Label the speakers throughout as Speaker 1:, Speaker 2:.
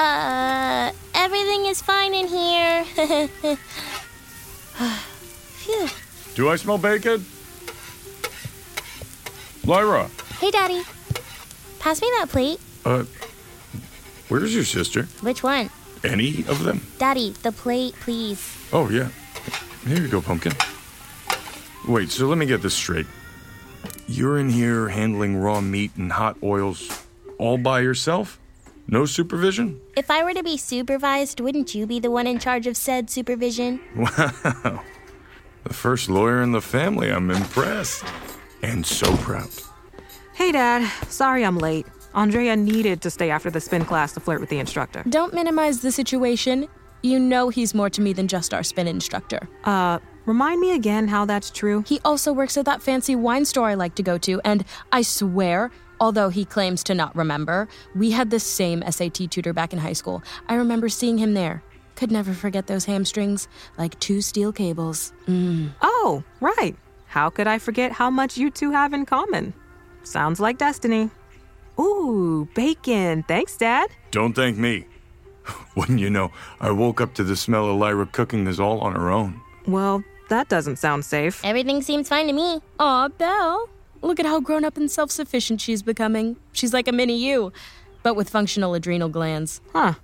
Speaker 1: Ah, Uh,
Speaker 2: Do I smell bacon? Lyra,
Speaker 1: Hey, Daddy. Pass me that plate.
Speaker 2: uh, where's your sister?
Speaker 1: Which one?
Speaker 2: Any of them?
Speaker 1: Daddy, the plate, please.
Speaker 2: Oh, yeah. Here you go, pumpkin. Wait, so let me get this straight. You're in here handling raw meat and hot oils all by yourself? No supervision?
Speaker 1: If I were to be supervised, wouldn't you be the one in charge of said supervision?
Speaker 2: Wow. The first lawyer in the family. I'm impressed. And so proud.
Speaker 3: Hey, Dad. Sorry I'm late. Andrea needed to stay after the spin class to flirt with the instructor.
Speaker 4: Don't minimize the situation. You know he's more to me than just our spin instructor.
Speaker 3: Uh, remind me again how that's true.
Speaker 4: He also works at that fancy wine store I like to go to, and I swear, although he claims to not remember, we had the same SAT tutor back in high school. I remember seeing him there. Could never forget those hamstrings, like two steel cables.
Speaker 3: Oh, right. How could I forget how much you two have in common? Sounds like destiny. Ooh, bacon. Thanks, Dad.
Speaker 2: Don't thank me. Wouldn't you know, I woke up to the smell of Lyra cooking this all on her own.
Speaker 3: Well, that doesn't sound safe.
Speaker 1: Everything seems fine to me.
Speaker 4: Aw, Belle. Look at how grown up and self sufficient she's becoming. She's like a mini you, but with functional adrenal glands.
Speaker 3: Huh.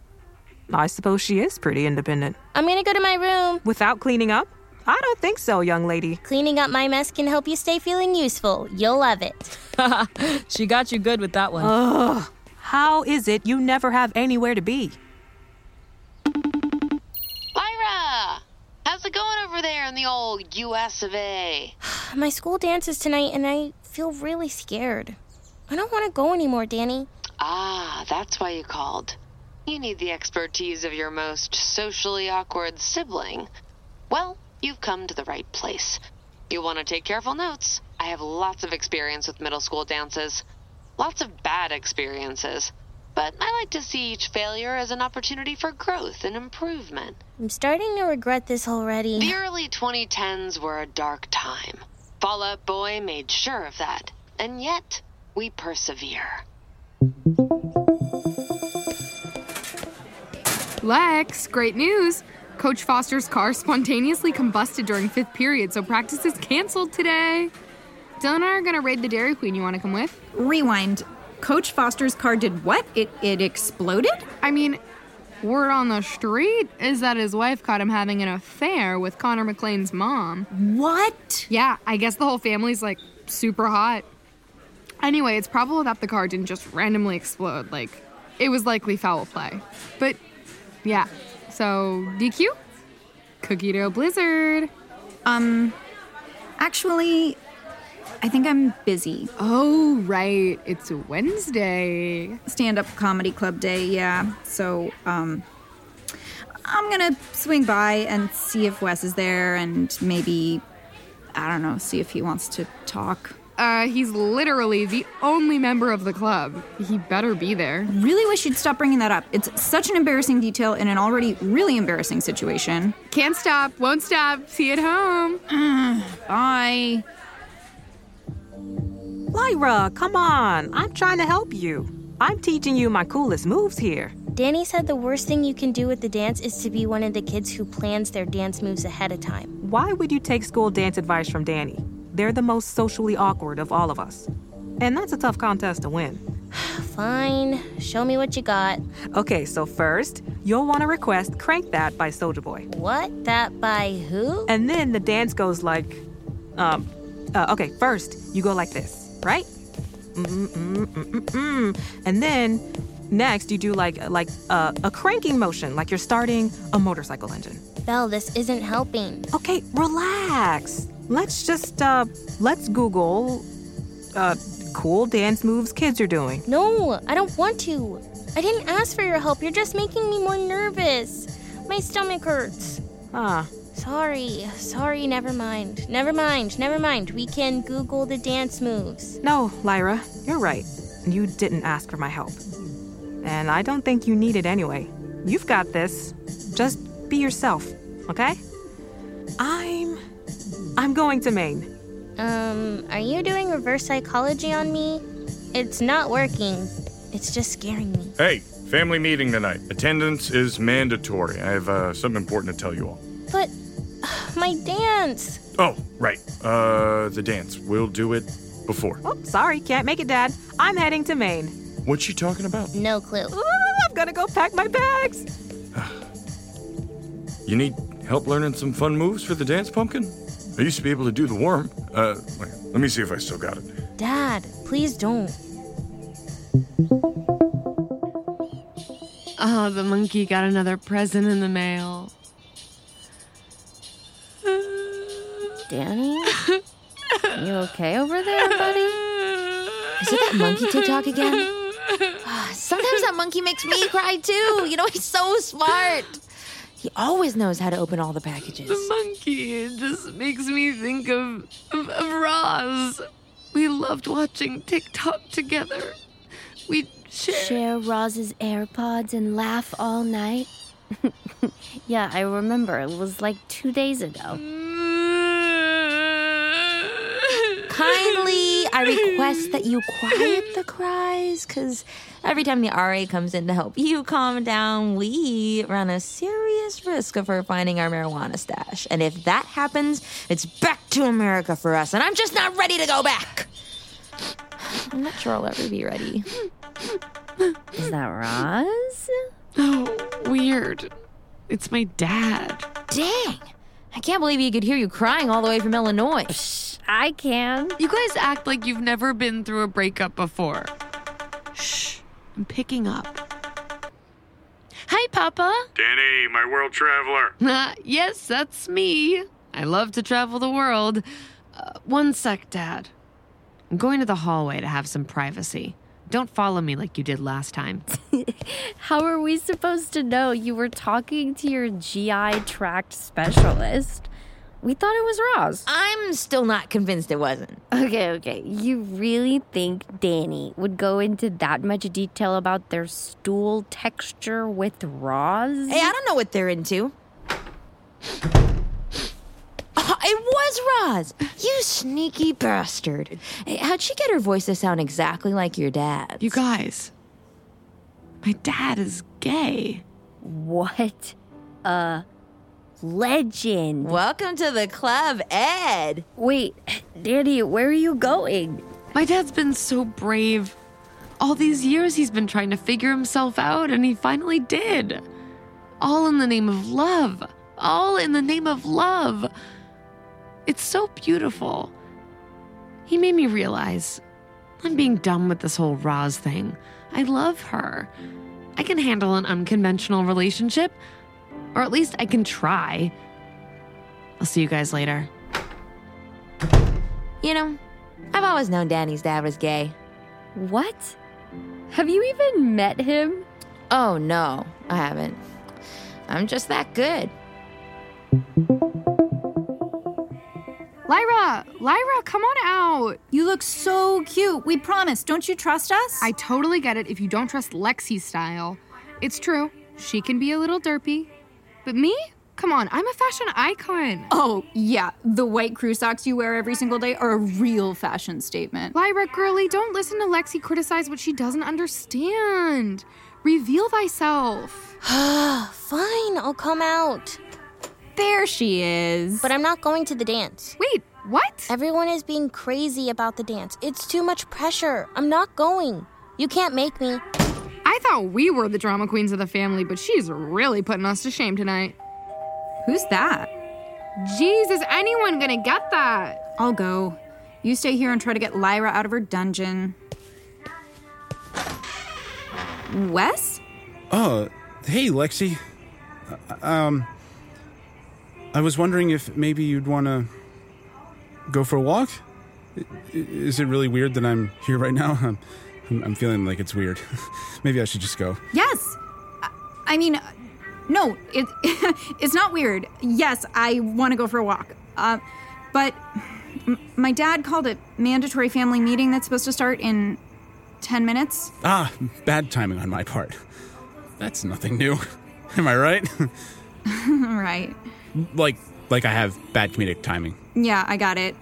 Speaker 3: I suppose she is pretty independent.
Speaker 1: I'm gonna go to my room.
Speaker 3: Without cleaning up? I don't think so, young lady.
Speaker 1: Cleaning up my mess can help you stay feeling useful. You'll love it.
Speaker 4: She got you good with that one.
Speaker 3: How is it you never have anywhere to be?
Speaker 5: Lyra! How's it going over there in the old US of A?
Speaker 1: My school dance is tonight, and I feel really scared. I don't wanna go anymore, Danny.
Speaker 5: Ah, that's why you called. You need the expertise of your most socially awkward sibling. Well, you've come to the right place. You want to take careful notes. I have lots of experience with middle school dances, lots of bad experiences. But I like to see each failure as an opportunity for growth and improvement.
Speaker 1: I'm starting to regret this already.
Speaker 5: The early 2010s were a dark time. Fall Out Boy made sure of that. And yet, we persevere.
Speaker 6: Lex, great news! Coach Foster's car spontaneously combusted during fifth period, so practice is canceled today. Dylan and I are gonna raid the Dairy Queen. You wanna come with?
Speaker 7: Rewind. Coach Foster's car did what? It it exploded?
Speaker 6: I mean, word on the street is that his wife caught him having an affair with Connor McLean's mom.
Speaker 7: What?
Speaker 6: Yeah, I guess the whole family's like super hot. Anyway, it's probable that the car didn't just randomly explode. Like, it was likely foul play. But yeah, so DQ? Cookie dough blizzard.
Speaker 7: Actually, I think I'm busy.
Speaker 6: Oh, right. It's Wednesday.
Speaker 7: Stand up comedy club day, yeah. So, um I'm gonna swing by and see if Wes is there and maybe I don't know, see if he wants to talk.
Speaker 6: Uh, he's literally the only member of the club. He better be there.
Speaker 7: Really wish you'd stop bringing that up. It's such an embarrassing detail in an already really embarrassing situation.
Speaker 6: Can't stop, won't stop. See you at home.
Speaker 7: Bye.
Speaker 3: Lyra, come on. I'm trying to help you. I'm teaching you my coolest moves here.
Speaker 1: Danny said the worst thing you can do at the dance is to be one of the kids who plans their dance moves ahead of time.
Speaker 3: Why would you take school dance advice from Danny? They're the most socially awkward of all of us. And that's a tough contest to win.
Speaker 1: Fine, show me what you got.
Speaker 3: Okay, so first, you'll want to request Crank That by Soldier Boy.
Speaker 1: What? That by who?
Speaker 3: And then the dance goes like, um, uh, okay, first you go like this, right? Mm-mm-mm-mm-mm-mm. And then next you do like like uh, a cranking motion, like you're starting a motorcycle engine.
Speaker 1: Belle, this isn't helping.
Speaker 3: Okay, relax. Let's just uh, let's Google uh, cool dance moves kids are doing.
Speaker 1: No, I don't want to. I didn't ask for your help. You're just making me more nervous. My stomach hurts.
Speaker 3: Ah,
Speaker 1: Sorry, sorry, never mind. Never mind, never mind. We can Google the dance moves.
Speaker 3: no, Lyra, you're right. You didn't ask for my help, and I don't think you need it anyway. You've got this. Just be yourself, okay? I'm I'm going to Maine.
Speaker 1: Um, are you doing reverse psychology on me? It's not working. It's just scaring me.
Speaker 2: Hey, family meeting tonight. Attendance is mandatory. I have uh, something important to tell you all.
Speaker 1: But my my dance.
Speaker 2: Oh, right. Uh, the dance. We'll do it before.
Speaker 3: Oh, sorry, can't make it, Dad. I'm heading to Maine.
Speaker 2: What's she talking about?
Speaker 1: No clue.
Speaker 3: Ooh, I'm gonna go pack my bags.
Speaker 2: You need help learning some fun moves for the dance, Pumpkin? I used to be able to do the worm. Uh, wait, let me see if I still got it.
Speaker 1: Dad, please don't.
Speaker 5: Oh, the monkey got another present in the mail.
Speaker 8: Danny? you okay over there, buddy? Is it that monkey TikTok again? Ah, Sometimes that monkey makes me cry too. You know, he's so smart. He always knows how to open all the packages.
Speaker 5: The monkey it just makes me think of, of, of Roz. We loved watching TikTok together. We shared.
Speaker 8: Share Roz's AirPods and laugh all night. yeah, I remember. It was like two days ago. kindly, I request that you quiet the cries because every time the RA comes in to help you calm down, we run a serious risk of her finding our marijuana stash. And if that happens, it's back to America for us, and I'm just not ready to go back. I'm not sure I'll ever be ready. Is that Roz?
Speaker 5: Oh, weird. It's my dad.
Speaker 8: Dang! I can't believe he could hear you crying all the way from Illinois. I can.
Speaker 5: You guys act like you've never been through a breakup before. Shh, I'm picking up. Hi, Papa.
Speaker 9: Danny, my world traveler.
Speaker 5: Uh, yes, that's me. I love to travel the world. Uh, one sec, Dad. I'm going to the hallway to have some privacy. Don't follow me like you did last time.
Speaker 8: How are we supposed to know you were talking to your GI tract specialist? We thought it was Roz. I'm still not convinced it wasn't. Okay, okay. You really think Danny would go into that much detail about their stool texture with Roz? Hey, I don't know what they're into. Uh, Ah, It was Roz, you sneaky bastard. Hey, How'd she get her voice to sound exactly like your dad?
Speaker 5: You guys, my dad is gay.
Speaker 10: What a legend.
Speaker 8: Welcome to the club, Ed.
Speaker 10: Wait, Danny, where are you going?
Speaker 5: My dad's been so brave. All these years he's been trying to figure himself out, and he finally did. All in the name of love. All in the name of love. It's so beautiful. He made me realize I'm being done with this whole Roz thing. I love her. I can handle an unconventional relationship, or at least I can try. I'll see you guys later.
Speaker 8: You know, I've always known Danny's dad was gay.
Speaker 10: What? Have you even met him?
Speaker 8: Oh, no, I haven't. I'm just that good.
Speaker 6: Lyra, Lyra, come on out.
Speaker 7: You look so cute. We promise. Don't you trust us?
Speaker 6: I totally get it if you don't trust Lexi's style. It's true, she can be a little derpy. But me? Come on, I'm a fashion icon.
Speaker 7: Oh, yeah. The white crew socks you wear every single day are a real fashion statement.
Speaker 6: Lyra, girly, don't listen to Lexi criticize what she doesn't understand. Reveal thyself.
Speaker 1: Fine, I'll come out.
Speaker 7: There she is.
Speaker 1: But I'm not going to the dance.
Speaker 6: Wait, what?
Speaker 1: Everyone is being crazy about the dance. It's too much pressure. I'm not going. You can't make me.
Speaker 6: I thought we were the drama queens of the family, but she's really putting us to shame tonight.
Speaker 7: Who's that?
Speaker 6: Jeez, is anyone gonna get that?
Speaker 7: I'll go. You stay here and try to get Lyra out of her dungeon. Wes?
Speaker 11: Oh, hey, Lexi. Uh, Um, I was wondering if maybe you'd want to go for a walk. I- i- Is it really weird that I'm here right now? I'm, I'm- I'm feeling like it's weird. maybe I should just go.
Speaker 7: Yes. I- I mean, uh, no, it, it's not weird. Yes, I want to go for a walk. Uh, but m- my dad called a mandatory family meeting that's supposed to start in 10 minutes.
Speaker 11: Ah, bad timing on my part. That's nothing new. Am I right?
Speaker 7: All right.
Speaker 11: like, like I have bad comedic timing.
Speaker 7: Yeah, I got it.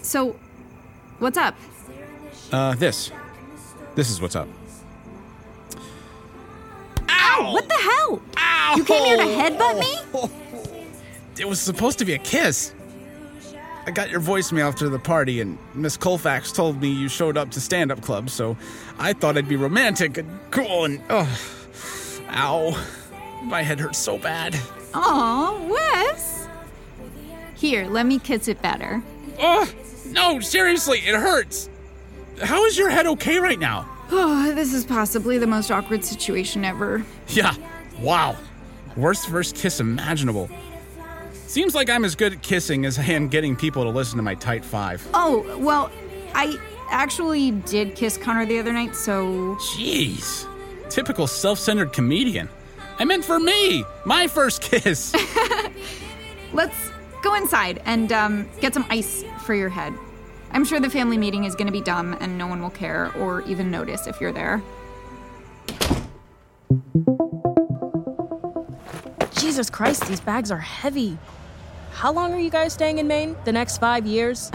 Speaker 7: So, what's up?
Speaker 11: Uh, this. This is what's up.
Speaker 3: Oh.
Speaker 7: What the hell? You came here to headbutt me?
Speaker 11: It was supposed to be a kiss. I got your voicemail after the party, and Miss Colfax told me you showed up to stand up club, so I thought I'd be romantic and cool and. Oh, ow. My head hurts so bad.
Speaker 7: Aw, Wes. Here, let me kiss it better.
Speaker 11: Oh, no, seriously, it hurts. How is your head okay right now?
Speaker 7: Oh, this is possibly the most awkward situation ever.
Speaker 11: Yeah, wow. Worst first kiss imaginable. Seems like I'm as good at kissing as I am getting people to listen to my tight five.
Speaker 7: Oh, well, I actually did kiss Connor the other night, so.
Speaker 11: Jeez. Typical self centered comedian. I meant for me, my first kiss.
Speaker 7: Let's go inside and um, get some ice for your head. I'm sure the family meeting is going to be dumb and no one will care or even notice if you're there.
Speaker 4: Jesus Christ, these bags are heavy. How long are you guys staying in Maine? The next five years?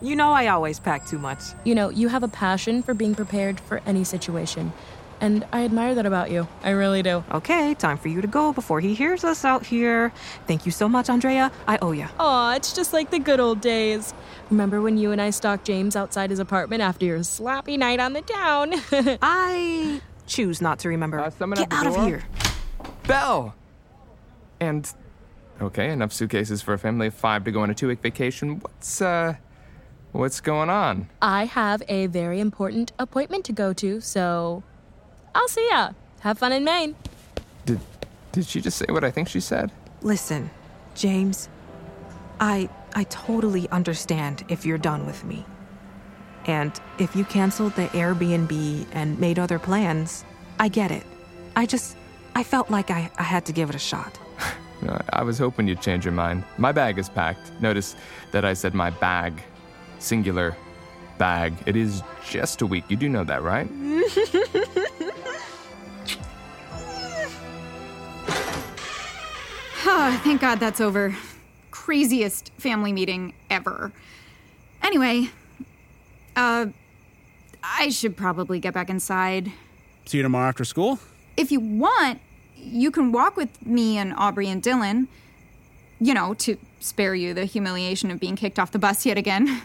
Speaker 3: you know, I always pack too much.
Speaker 4: You know, you have a passion for being prepared for any situation. And I admire that about you. I really do.
Speaker 3: Okay, time for you to go before he hears us out here. Thank you so much, Andrea. I owe you.
Speaker 4: Aw, it's just like the good old days. Remember when you and I stalked James outside his apartment after your sloppy night on the town?
Speaker 3: I choose not to remember. Get out of here.
Speaker 12: Bell! And. Okay, enough suitcases for a family of five to go on a two week vacation. What's, uh. What's going on?
Speaker 4: I have a very important appointment to go to, so I'll see ya. Have fun in Maine.
Speaker 12: Did. Did she just say what I think she said?
Speaker 3: Listen, James, I I totally understand if you're done with me. And if you canceled the Airbnb and made other plans, I get it. I just I felt like I, I had to give it a shot.
Speaker 12: No, Uh, I was hoping you'd change your mind. My bag is packed. Notice that I said my bag. Singular bag. It is just a week. You do know that, right?
Speaker 7: Oh, thank God that's over. Craziest family meeting ever. Anyway, uh, I should probably get back inside.
Speaker 11: See you tomorrow after school?
Speaker 7: If you want, you can walk with me and Aubrey and Dylan. You know, to spare you the humiliation of being kicked off the bus yet again.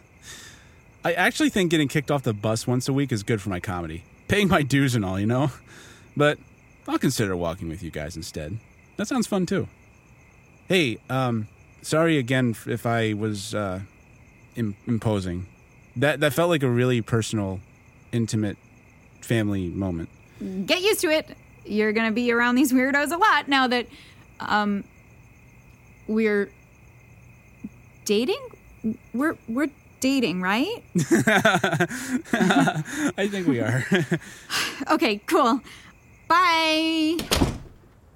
Speaker 11: I actually think getting kicked off the bus once a week is good for my comedy. Paying my dues and all, you know? But I'll consider walking with you guys instead. That sounds fun too. Hey, um, sorry again f- if I was uh, Im- imposing. That that felt like a really personal, intimate, family moment.
Speaker 7: get used to it. You're gonna be around these weirdos a lot now that, um, we're dating. We're we're dating, right?
Speaker 11: I think we are.
Speaker 7: Okay, cool. Bye.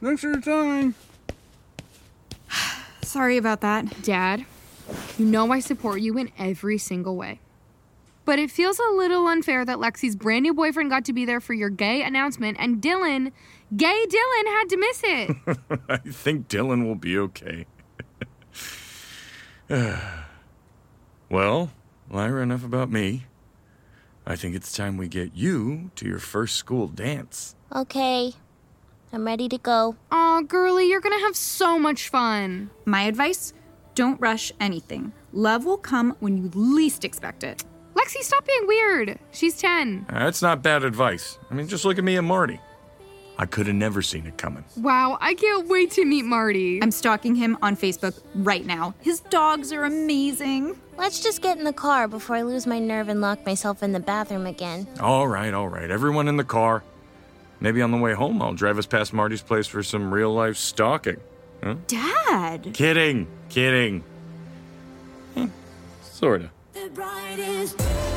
Speaker 11: Thanks for your time.
Speaker 7: Sorry about that.
Speaker 6: Dad, you know I support you in every single way. But it feels a little unfair that Lexi's brand new boyfriend got to be there for your gay announcement and Dylan, gay Dylan, had to miss it.
Speaker 2: I think Dylan will be okay. well, Lyra, enough about me. I think it's time we get you to your first school dance.
Speaker 1: Okay, I'm ready to go.
Speaker 6: Aw, girly, you're gonna have so much fun.
Speaker 7: My advice don't rush anything. Love will come when you least expect it.
Speaker 6: Lexi, stop being weird. She's 10.
Speaker 2: That's not bad advice. I mean, just look at me and Marty. I could have never seen it coming.
Speaker 6: Wow, I can't wait to meet Marty.
Speaker 7: I'm stalking him on Facebook right now. His dogs are amazing.
Speaker 1: Let's just get in the car before I lose my nerve and lock myself in the bathroom again.
Speaker 2: All right, all right. Everyone in the car. Maybe on the way home, I'll drive us past Marty's place for some real life stalking. Huh?
Speaker 7: Dad.
Speaker 2: Kidding, kidding. Eh, Sorta.
Speaker 13: The brightest.